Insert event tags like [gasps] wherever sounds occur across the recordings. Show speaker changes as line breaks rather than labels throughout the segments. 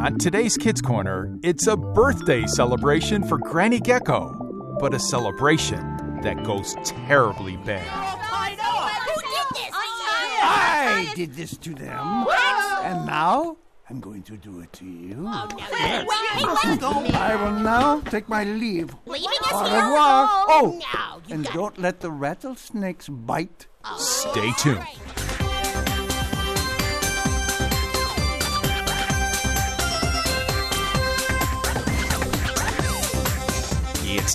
On today's Kids Corner, it's a birthday celebration for Granny Gecko, but a celebration that goes terribly bad.
Who did this?
I did this to them. And now I'm going to do it to you. I will now take my leave.
Leaving
Au
us here?
revoir. Oh,
no. You
and don't let the rattlesnakes bite.
Stay tuned. It's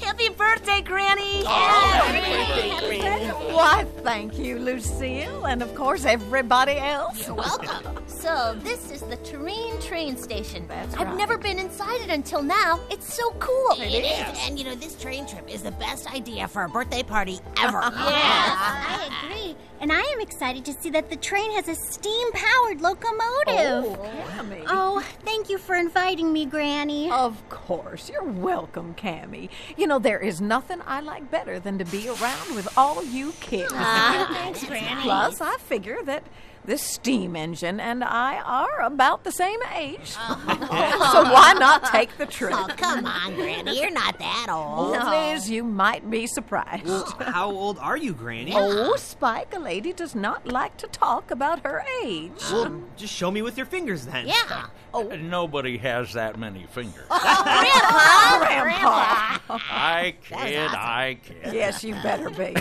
Happy birthday, Granny!
Why, thank you, Lucille, and of course, everybody else.
Welcome. so, this is the Terrain train station.
That's
I've
right.
never been inside it until now. It's so cool.
It is. And you know, this train trip is the best idea for a birthday party
[laughs]
ever.
I agree. And I am excited to see that the train has a steam powered locomotive.
Cammy.
Oh, thank you for inviting me, Granny.
Oh,
Of course, you're welcome, Cammy. You know, there is nothing I like better than to be around with all you kids. Ah,
thanks, Granny.
[laughs] Plus, I figure that this steam engine and I are about the same age. [laughs] so why not take the trip?
Oh, come on, Granny. You're not that old.
Liz, you might be surprised.
How old are you, Granny?
Oh, Spike, a lady does not like to talk about her age.
Well, just show me with your fingers then.
Yeah. Oh,
Nobody has that many
[laughs]
fingers.
Ah, Grandpa!
I kid, I kid.
Yes, you
[laughs]
better be.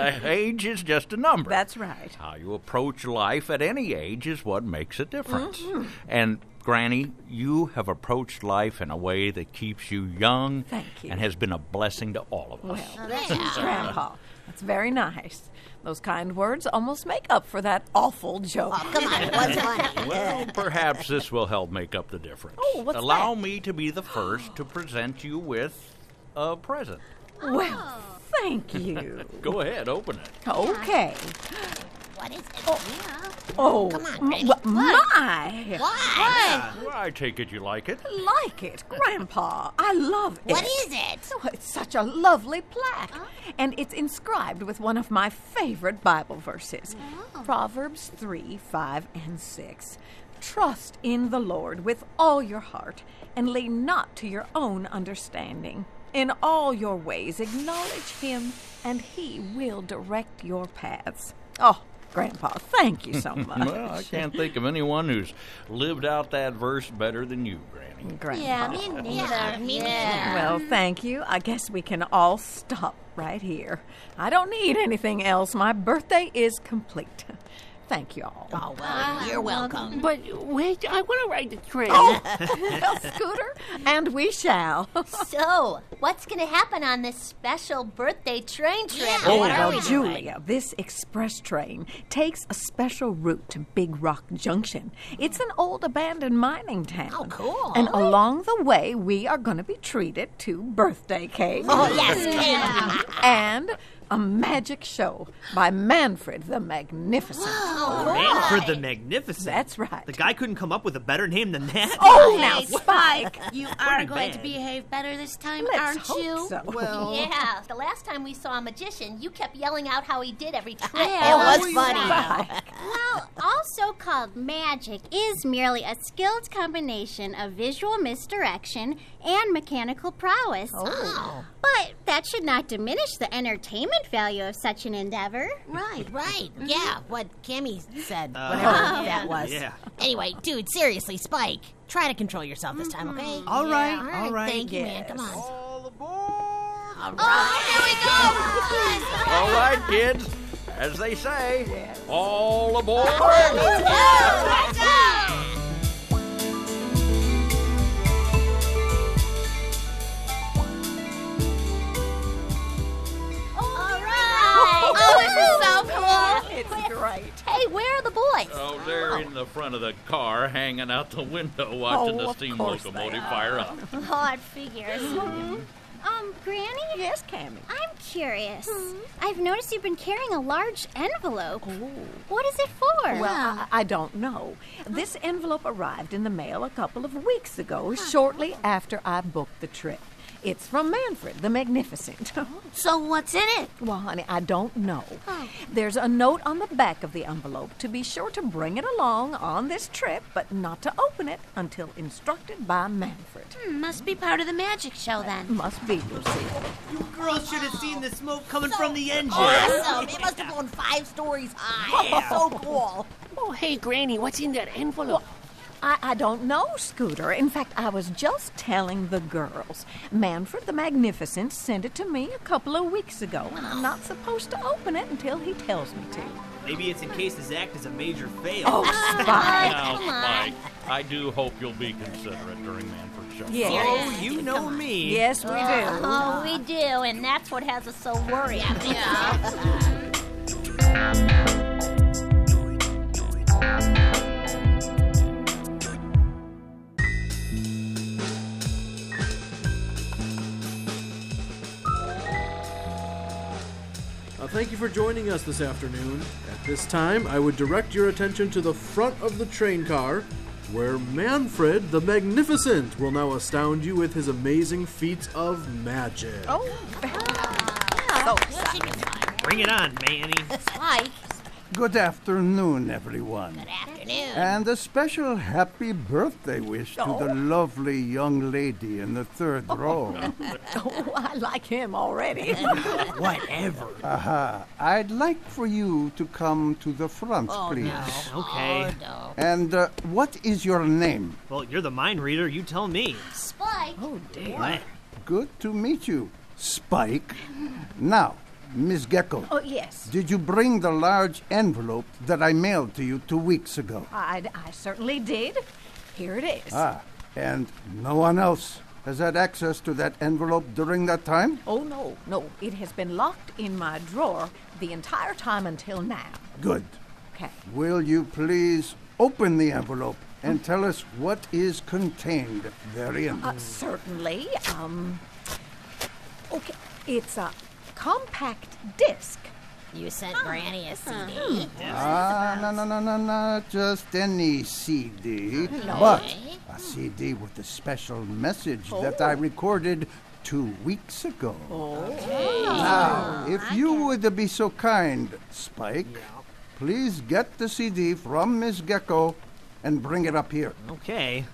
Age is just a number.
That's right.
How you approach life at any age is what makes a difference.
Mm-hmm.
And Granny, you have approached life in a way that keeps you young
Thank you.
and has been a blessing to all of us.
Ah. Grandpa. That's very nice. Those kind words almost make up for that awful joke.
Oh, Come on, it was funny.
[laughs]
Well, perhaps this will help make up the difference.
Oh, what's
Allow
that?
me to be the first to present you with a present.
Well, thank you.
Go ahead, open it.
Okay.
What is it?
Oh,
Come on,
m-
Granny.
w- my!
What?
I take it you like it.
I like it, Grandpa. I love it.
What is it?
Oh, it's such a lovely plaque. And it's inscribed with one of my favorite Bible verses Proverbs 3, 5, and 6. Trust in the Lord with all your heart, and lean not to your own understanding. In all your ways, acknowledge Him, and He will direct your paths. Oh, Grandpa, thank you
[laughs]
so much.
Well, I can't think of anyone who's lived out that verse better than you, Granny.
Yeah,
Oh,
Grandpa.
me neither. Yeah, me neither.
Well, thank you. I guess we can all stop right here. I don't need anything else. My birthday is complete. Thank you all.
Oh, well, you're welcome.
But wait, I want to ride the train.
Oh! Well, [laughs] Scooter, and
[laughs]
we shall.
So, what's going to happen on this special birthday train trip?
Yeah.
Oh,
What are
well,
we
Julia, this express train takes a special route to Big Rock Junction. It's an old abandoned mining town.
Oh, cool.
And along the way, we are going to be treated to birthday cake.
Oh,
[laughs]
yes, Cammy.
and a magic show by Manfred the
[gasps]
Magnificent.
Oh,
Manfred the Magnificent.
That's right.
The guy couldn't come up with a better name than that.
[laughs] Oh, now, Spike!
you are going to
bad.
behave better this time,
[laughs] Let's
aren't
hope
you?
so. [laughs]
Yeah, the last time we saw a magician, you kept yelling out how he did every trick.
It was Oh, funny.
Spike.
Well,
also called magic, is merely a skilled combination of visual misdirection and mechanical prowess.
Oh.
But that should not diminish the entertainment value of such an endeavor.
Right, right.
Mm-hmm.
Yeah, what Cammy said.
Uh,
whatever
[laughs]
that was.
Yeah.
Anyway, dude, seriously, Spike, try to control yourself this time,
Mm-hmm.
okay?
All right,
all right.
all right.
Thank you, man. Come on.
All aboard!
All
Oh,
[laughs] right.
All right, kids. As they say, all aboard.
oh, this is so cool.
It's great.
Oh,
Hey, where are the boys?
Oh, they're were in the front of the car, hanging out the window, watching
Oh,
the
of
steam
course they
locomotive
are.
fire up.
Oh,
Odd figures. Um, Granny?
Yes, Cammy.
I'm curious.
Hmm?
I've noticed you've been carrying a large envelope. What is it for?
Well, Uh-huh. I, I don't know. This envelope arrived in the mail a couple of weeks ago, shortly after I booked the trip. It's from Manfred the Magnificent.
So what's in it?
[laughs] Well, honey, I don't know. There's a note on the back of the envelope to be sure to bring it along on this trip, but not to open it until instructed by Manfred.
Hmm, must be part of the magic show then.
Must be, Lucille.
You girls should have seen the smoke coming from the engine.
Awesome! It must have blown five stories high. So cool.
Oh, hey, Granny, what's in that envelope?
I, I don't know, Scooter. In fact, I was just telling the girls. Manfred the Magnificent sent it to me a couple of weeks ago, and I'm not supposed to open it until he tells me to.
Maybe it's in case this act is a major fail.
Oh, spy.
Now, Mike, I do hope you'll be considerate during Manford's show.
Yes.
Oh, you know me.
Yes, we do.
Oh, we do, and that's what has us so worried.
Uh, thank you for joining us this afternoon. At this time, I would direct your attention to the front of the train car, where Manfred the Magnificent will now astound you with his amazing feats of magic.
Oh.
Bring it on, Manny.
[laughs]
Mike,
Good afternoon, everyone. Good afternoon. And a special happy birthday wish to the lovely young lady in the [laughs] third row.
[laughs] Oh, I like him already.
Whatever.
Aha. I'd like for you to come to the front, please.
Oh,
Okay.
And uh, what is your name?
Well, you're the mind reader. You tell me.
Spike.
[laughs] oh, dear.
What?
Good to meet you, Spike. Now, Miss Gecko,
Oh, yes.
did you bring the large envelope that I mailed to you two weeks ago?
I, I certainly did. Here it is.
Ah, and no one else has had access to that envelope during that time?
Oh, no, no. It has been locked in my drawer the entire time until now.
Good.
Okay.
Will you please open the envelope and tell us what is contained therein?
Uh, certainly. Um, okay, it's a compact disc.
You sent Granny a CD.
Ah, no, no, no, no, no, just any CD, but a CD with a special message that I recorded two weeks ago. Now, if you would be so kind, Spike, please get the CD from Miss Gecko and bring it up here.
Okay.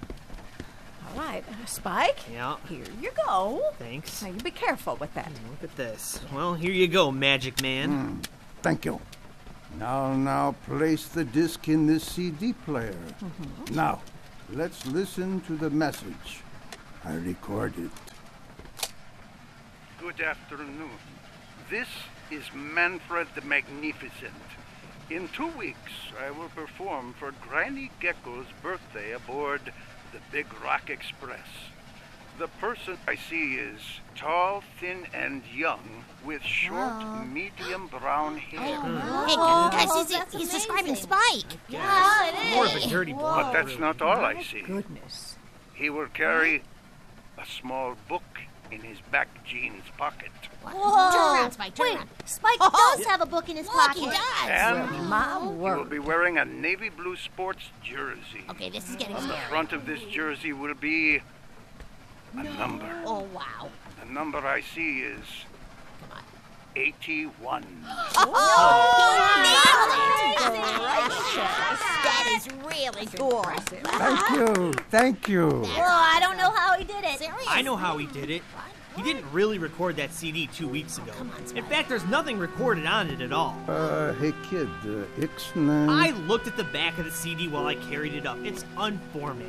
All right, uh, Spike.
Yeah.
Here you go.
Thanks.
Now you be careful with that.
Look at this. Well, here you go, Magic Man.
Thank you. Now, now, place the disc in this CD player. Now, let's listen to the message. I recorded. Good afternoon. This is Manfred the Magnificent. In two weeks, I will perform for Granny Gecko's birthday aboard the Big Rock Express. The person I see is tall, thin, and young, with short, medium [gasps] brown hair.
Hey, guys, he's, he's describing Spike.
More of a dirty
But
blood.
that's not all I see.
Goodness.
He will carry a small book in his back jeans pocket.
Whoa. Turn around, Spike. Turn around.
Spike does have a book in his
Look, he
pocket.
does.
And
My
he will
word.
be wearing a navy blue sports jersey.
Okay, this is getting
On the
scary.
front of this jersey will be a number.
Oh, wow.
The number I see is 81.
That is really cool.
[gasps] Thank you. Thank you.
Well, I don't know how he did it.
I know how he did it. He didn't really record that CD two weeks ago. In fact, there's nothing recorded on it at all.
Uh, hey, kid, uh, Ixnay.
I looked at the back of the CD while I carried it up. It's unformatted.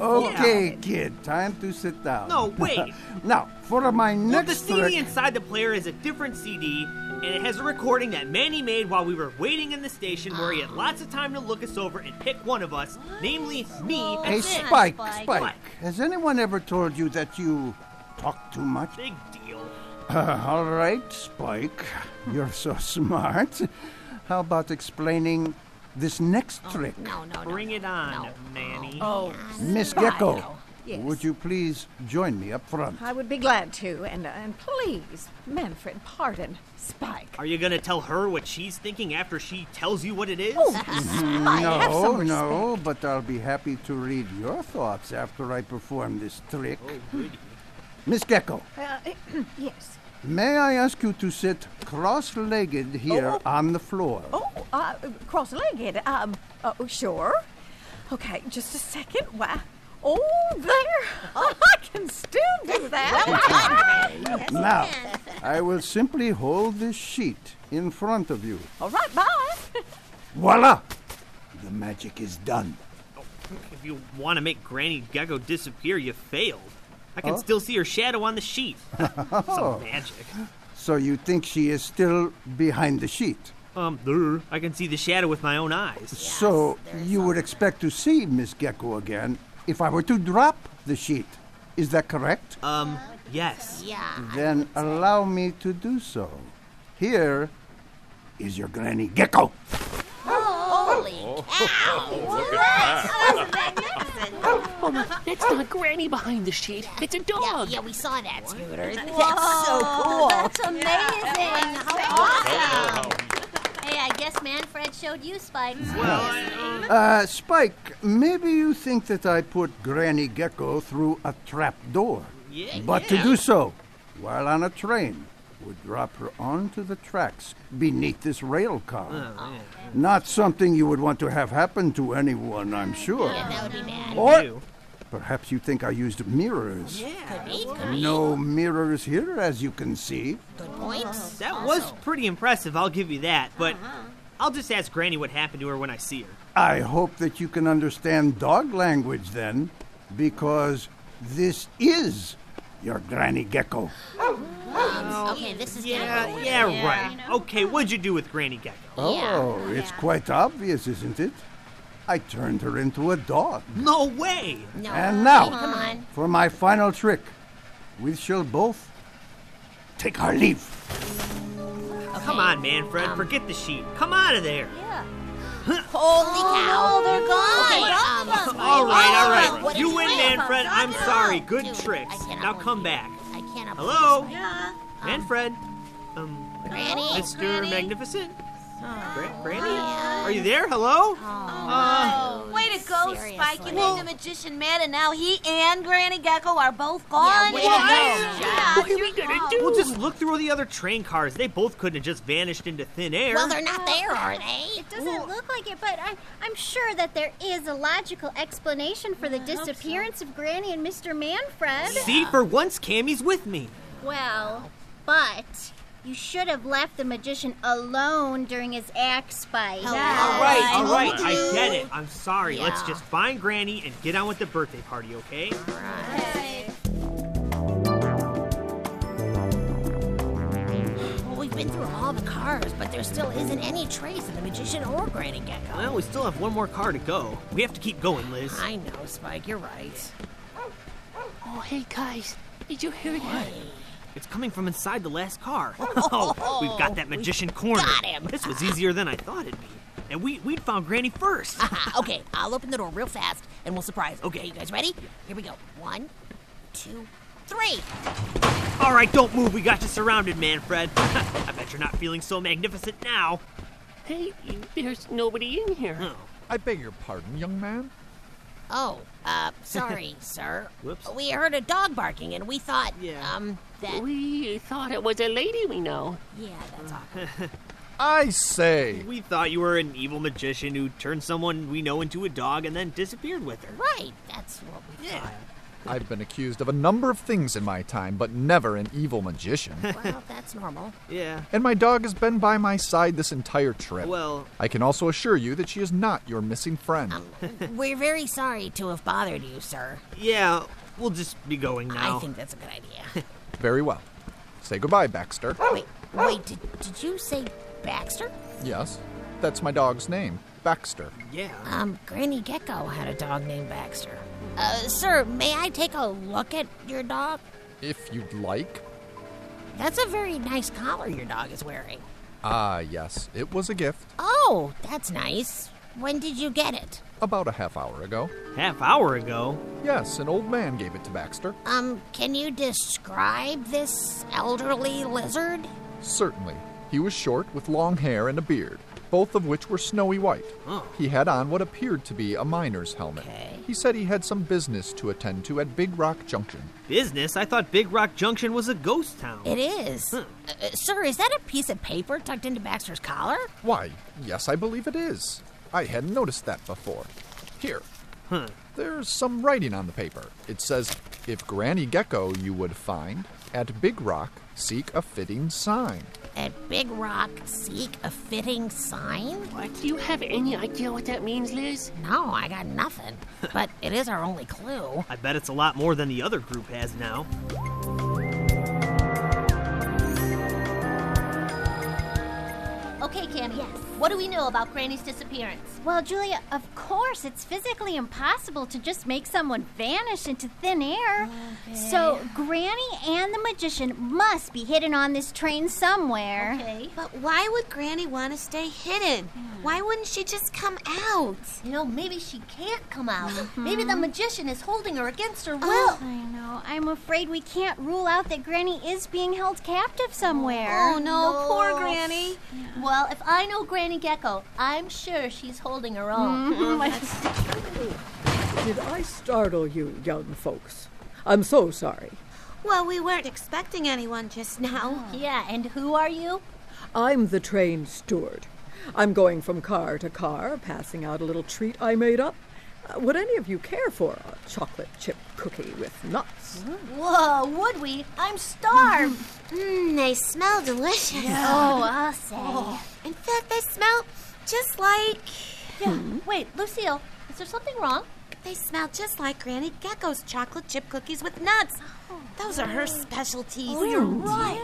Okay, kid, time to sit down. [laughs]
No, wait.
Now, for my
Well, the
[laughs] next
CD
trick-
inside the player is a different CD, and it has a recording that Manny made while we were waiting in the station where he had lots of time to look us over and pick one of us, namely me.
Hey,
That's it.
Spike,
Spike.
Spike, Has anyone ever told you that you talk too much?
Big deal.
[laughs] all [laughs] right, Spike. You're so smart. How about explaining this next trick.
Oh, No, no, Bring it on, Manny.
Oh,
Miss
Spyro.
Gecko,
Yes.
would you please join me up front?
I would be glad to, and uh, and please, Manfred, pardon
[laughs]
Spike.
Are you gonna tell her what she's thinking after she tells you what it
Oh,
is?
have
No,
some
no, but I'll be happy to read your thoughts after I perform this trick.
Oh,
Miss Gecko,
Uh, [clears throat] yes.
may I ask you to sit cross legged here
Oh.
on the floor?
Oh, uh, cross-legged. Um, oh, sure. Okay, just a second. Wha- Oh, there. [laughs] I can still do that.
Now, I will simply hold this sheet in front of you.
[laughs] All right, bye.
Voila! The magic is done.
If you want to make Granny Gecko disappear, you failed. I can
Huh?
still see her shadow on the sheet. Some magic.
So you think she is still behind the sheet?
Um, there. I can see the shadow with my own eyes.
so you would expect to see Miss Gecko again if I were to drop the sheet. Is that correct?
Um, yes.
[laughs]
Yeah.
Then allow me to do so. Here is your Granny Gecko.
Holy cow!
look at that.
Oh my, that's not Granny behind the sheet. It's a dog. Yeah,
yeah we saw that, Scooter.
That's so cool.
That's amazing.
How
Hey, I guess Manfred showed you Spike.
Uh, Spike, maybe you think that I put Granny Gecko through a trap door.
Yeah,
but to
yeah.
do so, while on a train, would drop her onto the tracks beneath this rail car.
Oh,
Not something you would want to have happen to anyone, I'm sure.
that would be bad.
Or perhaps you think I used mirrors.
Could be, could be.
No mirrors here, as you can see.
Good points.
That was pretty impressive, I'll give you that, but I'll just ask Granny what happened to her when I see her.
I hope that you can understand dog language then, because this is your Granny Gecko.
okay, this is
yeah,
kinda
yeah,
weird.
right. Okay, what'd you do with Granny Gecko?
Oh, it's quite obvious, isn't it? I turned her into a dog.
No way!
No.
And now,
Come on.
for my final trick, we shall both take our leave.
Come on, Manfred. Forget the sheet. Come out of there.
Holy cow.
Oh, they're gone.
Okay, um,
All right, all
What
right.
a
You win,
trip.
Manfred. I'm sorry. Good tricks. Now come back.
I cannot believe
Hello,
this.
Manfred. Um,
Granny?
Mr.
Granny?
Magnificent. Gra- Granny, are you there? Hello. Uh,
Way to go, Spike. You made the magician mad, and now he and Granny Gecko are both gone.
way
Yeah.
What are we gonna do?
well, just look through all the other train cars. They both couldn't have just vanished into thin air.
Well, they're not there, are they?
It doesn't look like it, but I, I'm sure that there is a logical explanation for the disappearance of Granny and Mr. Manfred.
See, for once, Cammy's with me.
Well, but you should have left the magician alone during his axe spike.
All right, all right. I get it. I'm sorry. Let's
Yeah.
just find Granny and get on with the birthday party, okay? All right.
Well, we've been through all the cars, but there still isn't any trace of the magician or Granny Gecko.
Well, we still have one more car to go. We have to keep going, Liz.
I know, Spike. You're right.
Oh, hey guys, did you hear that?
It's coming from inside the last car. [laughs] Oh, we've got that magician corner.
got him.
This was easier than I thought it'd be. And we we found Granny first.
Aha, Ah, okay, I'll open the door real fast and we'll surprise. her. Okay, you guys ready? Here we go. One, two, three.
All right, don't move. We got you surrounded, Manfred. [laughs] I bet you're not feeling so magnificent now.
Hey, there's nobody in here.
I beg your pardon, young man.
Oh, uh, sorry, sir.
Whoops.
We heard a dog barking and we thought, um, that.
We thought it was a lady we know.
Yeah, that's awkward.
I say.
We thought you were an evil magician who turned someone we know into a dog and then disappeared with her.
Right, that's what we thought.
I've been accused of a number of things in my time, but never an evil magician. [laughs]
Well, that's normal.
Yeah.
and my dog has been by my side this entire trip.
Well-
I can also assure you that she is not your missing friend.
Um, We're very sorry to have bothered you, sir.
Yeah, we'll just be going now.
I think that's a good idea.
[laughs] Very well. Say goodbye, Baxter.
wait, wait, did, did you say Baxter?
Yes, that's my dog's name, Baxter.
Yeah.
Um, Granny Gecko had a dog named Baxter. Uh, sir, may I take a look at your dog?
If you'd like.
That's a very nice collar your dog is wearing.
Ah, yes, it was a gift.
Oh, that's nice. When did you get it?
About a half hour ago.
Half hour ago?
Yes, an old man gave it to Baxter.
Um, can you describe this elderly lizard?
Certainly. He was short with long hair and a beard, both of which were snowy white.
Oh.
He had on what appeared to be a miner's helmet. He said he had some business to attend to at Big Rock Junction.
Business? I thought Big Rock Junction was a ghost town.
It is. Uh, uh, sir, is that a piece of paper tucked into Baxter's collar?
Why, yes, I believe it is. I hadn't noticed that before. Here.
Huh.
There's some writing on the paper. It says, If Granny Gecko you would find, at Big Rock, seek a fitting sign.
At Big Rock, seek a fitting sign? What?
Do you have any idea what that means, Liz?
No, I got nothing. but it is our only clue.
I bet it's a lot more than the other group has now.
Okay, Candy. Yes. What do we know about Granny's disappearance?
Well, Julia, of course, it's physically impossible to just make someone vanish into thin air. So, Granny and the magician must be hidden on this train somewhere.
Okay.
But why would Granny want to stay hidden? Why wouldn't she just come out?
You know, maybe she can't come out. Maybe the magician is holding her against her will.
Well, Mm-hmm. Oh, I know. I'm afraid we can't rule out that Granny is being held captive somewhere.
Oh no, poor Granny. Well, if I know Granny Gecko, I'm sure she's holding her own.
Mm-hmm.
[laughs]
Did I startle you, young folks? I'm so sorry.
well, we weren't expecting anyone just now. Yeah, and who are you?
I'm the train steward. I'm going from car to car, passing out a little treat I made up. Uh, would any of you care for a chocolate chip cookie with nuts?
Whoa, would we? I'm starved. Mm,
Mmm, they smell delicious.
Oh,
I'll say.
In fact, they smell just like. Yeah. Wait, Lucille, is there something wrong?
They smell just like Granny Gecko's chocolate chip cookies with nuts.
Those are her specialties.
Oh, you're right.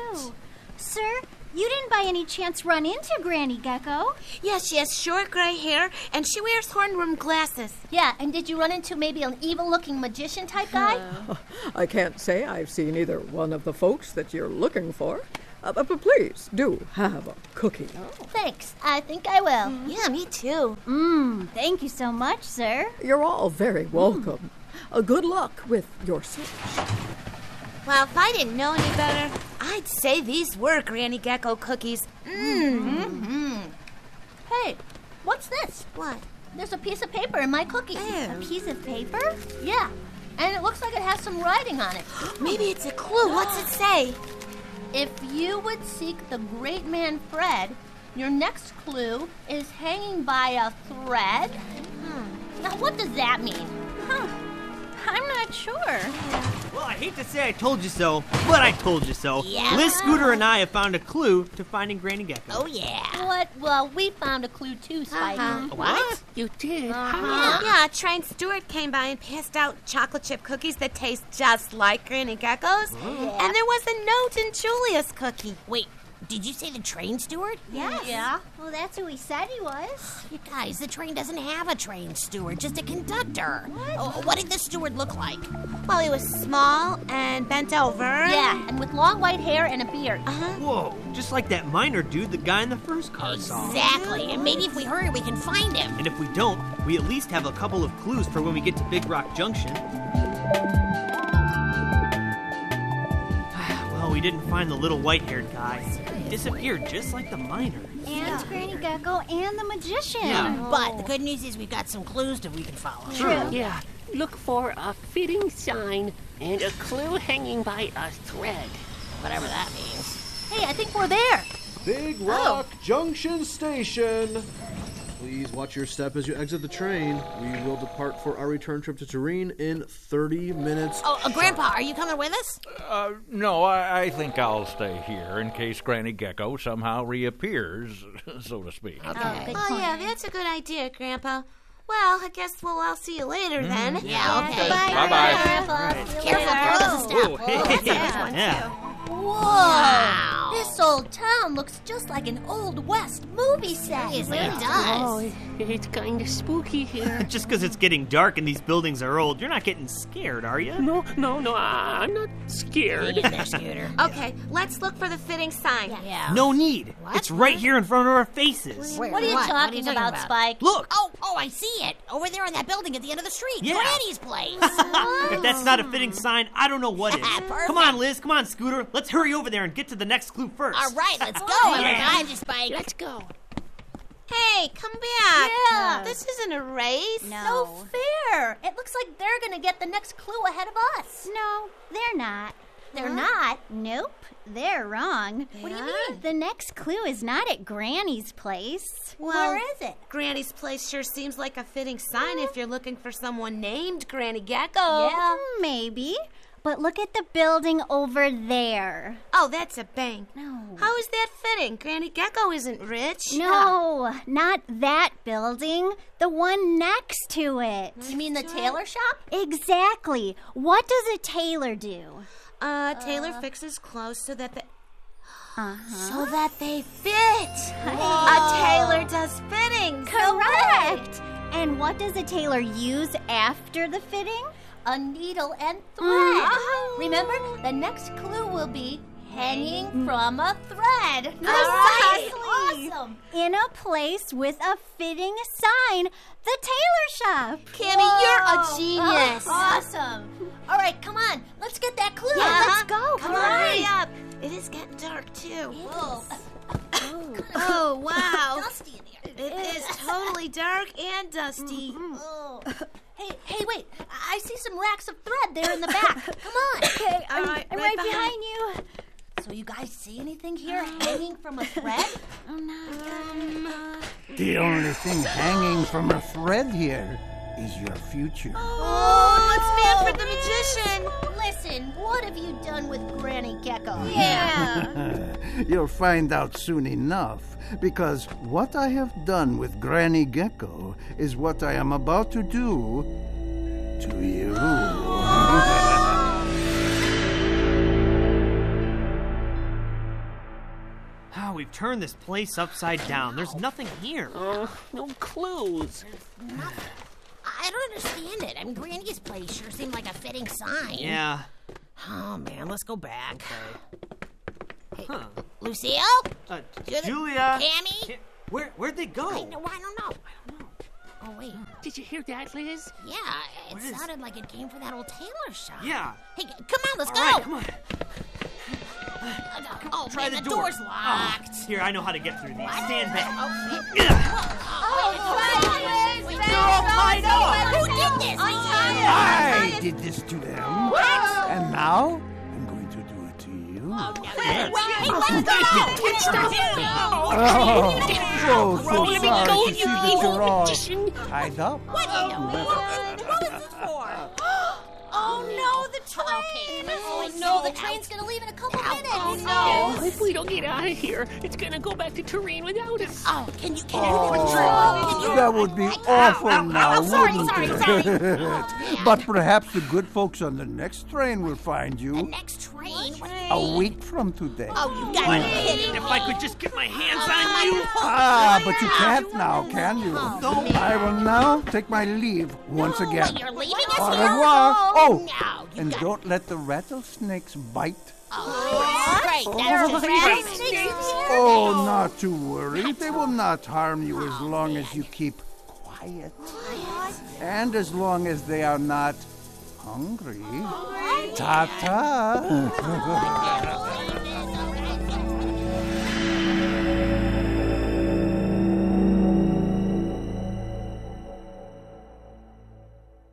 Sir, you didn't by any chance run into Granny Gecko.
Yeah, she has short gray hair and she wears horn rimmed glasses. Yeah, and did you run into maybe an evil looking magician type guy?
I can't say I've seen either one of the folks that you're looking for. Uh, but but please do have a cookie.
Thanks, I think I will. Mm-hmm. Yeah, me too.
Mmm, thank you so much, sir.
You're all very welcome. Uh, good luck with your search.
Well, if I didn't know any better, I'd say these were Granny Gecko cookies. Mmm. Hey, what's this? What? There's a piece of paper in my cookie.
A piece of paper?
Yeah, and it looks like it has some writing on it. Maybe it's a clue. What's it say? If you would seek the great man Fred, your next clue is hanging by a thread. Now, what does that mean?
I'm not sure.
Well, I hate to say I told you so, but I told you so.
Yeah.
Liz Scooter and I have found a clue to finding Granny Gecko.
Oh, yeah.
What? Well, we found a clue too, Spidey.
What?
You did?
Huh?
Yeah, a train steward came by and passed out chocolate chip cookies that taste just like Granny Gecko's.
And
there was a note in Julia's cookie.
Wait, did you say the train steward?
Yes.
Yeah.
Well, that's who he said he was.
You guys, the train doesn't have a train steward, just a conductor. What? Oh, what did the steward look like?
Well, he was small and bent over.
Yeah, and with long white hair and a beard.
Whoa, just like that miner dude the guy in the first car saw.
Exactly. And maybe if we hurry, we can find him.
And if we don't, we at least have a couple of clues for when we get to Big Rock Junction. [sighs] well, we didn't find the little white haired guy. He disappeared just like the miner.
And Granny Gecko and the magician.
Oh.
Yeah.
But the good news is we've got some clues that we can follow.
Yeah. Look for a fitting sign and a clue hanging by a thread.
Whatever that means.
Hey, I think we're there.
Oh.
Big Rock Junction Station. Please watch your step as you exit the train. We will depart for our return trip to Turin in 30 minutes.
Oh, uh, Grandpa, are you coming with us?
Uh, no, I, I think I'll stay here in case Granny Gecko somehow reappears, [laughs] so to speak.
Oh, yeah,
that's a good idea, Grandpa. Well, I guess we'll all see you later then.
Yeah, okay.
Bye,
Bye-bye.
Grandpa. See you
Careful,
later.
girl, this is
Whoa, [laughs]
tough.
hey,
yeah.
yeah.
Whoa! This old town looks just like an old west movie set.
Seriously, it does.
Oh,
It's kind of spooky here.
Just because it's getting dark and these buildings are old, you're not getting scared, are you?
No, no, no, I- I'm not scared.
[laughs]
Okay, let's look for the fitting sign. Yeah.
No need. It's right here in front of our faces.
What are you
What are
talking about, Spike?
Look.
Oh, oh, I see it. Over there on that building at the end of the street.
Yeah.
[laughs]
Granny's place.
If that's not a fitting sign, I don't know
[laughs]
what is. come on, Liz. Come on, Scooter. Let's hurry over there and get to the next clue first.
All right, let's go.
Yeah.
I'm Spike.
Let's go.
Hey, come back.
Yeah.
This isn't a race.
No fair. It looks like they're going to get the next clue ahead of us.
No, they're not.
They're not?
Nope, they're wrong. What do you mean? The next clue is not at Granny's place.
Well, Granny's place sure seems like a fitting sign if you're looking for someone named Granny Gecko.
Yeah, maybe. But look at the building over there.
Oh, that's a bank. No. How is that fitting? Granny Gecko isn't rich.
No, not that building. The one next to it.
You mean the tailor shop?
Exactly. What does a tailor do?
Uh, Taylor fixes clothes so that the
Uh-huh.
so that they fit. A tailor does fittings.
Correct. And what does a tailor use after the fitting?
A needle and thread.
Mm. Oh.
Remember, the next clue will be hanging from a thread.
Mm. Precisely.
Awesome.
In a place with a fitting sign, the tailor shop.
Kimmy, you're a
Whoa.
genius.
Oh, awesome. All right, come on. Let's get that clue.
Yeah, let's go.
Come
Come,
on, hurry
on.
up. It is getting dark too.
Whoa.
Oh wow.
Dusty in here.
It is totally dark and dusty.
Oh. [laughs] Hey, hey, wait. I I see some racks of thread there in the back. Come on.
Okay, I'm,
right,
I'm
right
right,
behind.
behind you.
So you guys see anything here hanging from a thread?
The only thing hanging from a thread here is your future.
Oh, it's Manfred the magician.
Listen, what have you done with Granny Gecko?
Yeah.
You'll find out soon enough, because what I have done with Granny Gecko is what I am about to do to you.
Oh, we've turned this place upside down. There's nothing here.
Oh.
No clues.
I don't understand it. I mean, Granny's place sure seemed like a fitting sign.
Yeah.
Oh, man, let's go back.
Huh.
Lucille?
Uh,
You're the-
Julia.
Cammy?
Ca- Where where'd they go?
I, know, I don't know. Oh, wait.
Hmm.
Did you hear that, Liz?
Yeah, it
is-
sounded like it came from that old tailor shop.
Yeah.
Hey, c- come on, let's
All
go.
right, come on.
Uh, oh,
Try
man,
the,
the,
door.
door's locked.
Oh, here, I know how to get through these. Stand back.
Oh, shit.
Oh,
Wait,
Liz,
wait,
Liz,
no,
Liz,
no.
Liz,
Who did this?
I did this to them. And now I'm going to do it to you. Oh, so, so
Let me
sorry
go,
to
you
see that
evil
you're all
magician.
tied up.
[gasps]
Oh no, the
train!
Oh
no, the train's going to leave in a couple minutes.
Oh, if we don't get out of here, it's gonna go back to Turin without us.
Oh, can you can
Oh, that would be awful now, wouldn't [laughs] it? But perhaps the good folks on the next train will find
you? The
you
next train? What-
a week from today.
Oh, you gotta be kidding
If
me.
I could just get my hands
Oh,
on you.
Ah, but you can't now, can you? I will now take my leave once again.
You're leaving us
Au
here?
revoir. Oh,
No, you
and
got
don't let the rattlesnakes bite.
Oh, great. That's just
Oh, not to worry. They will not harm you as long as you keep quiet. And as long as they are not hungry. Ta ta.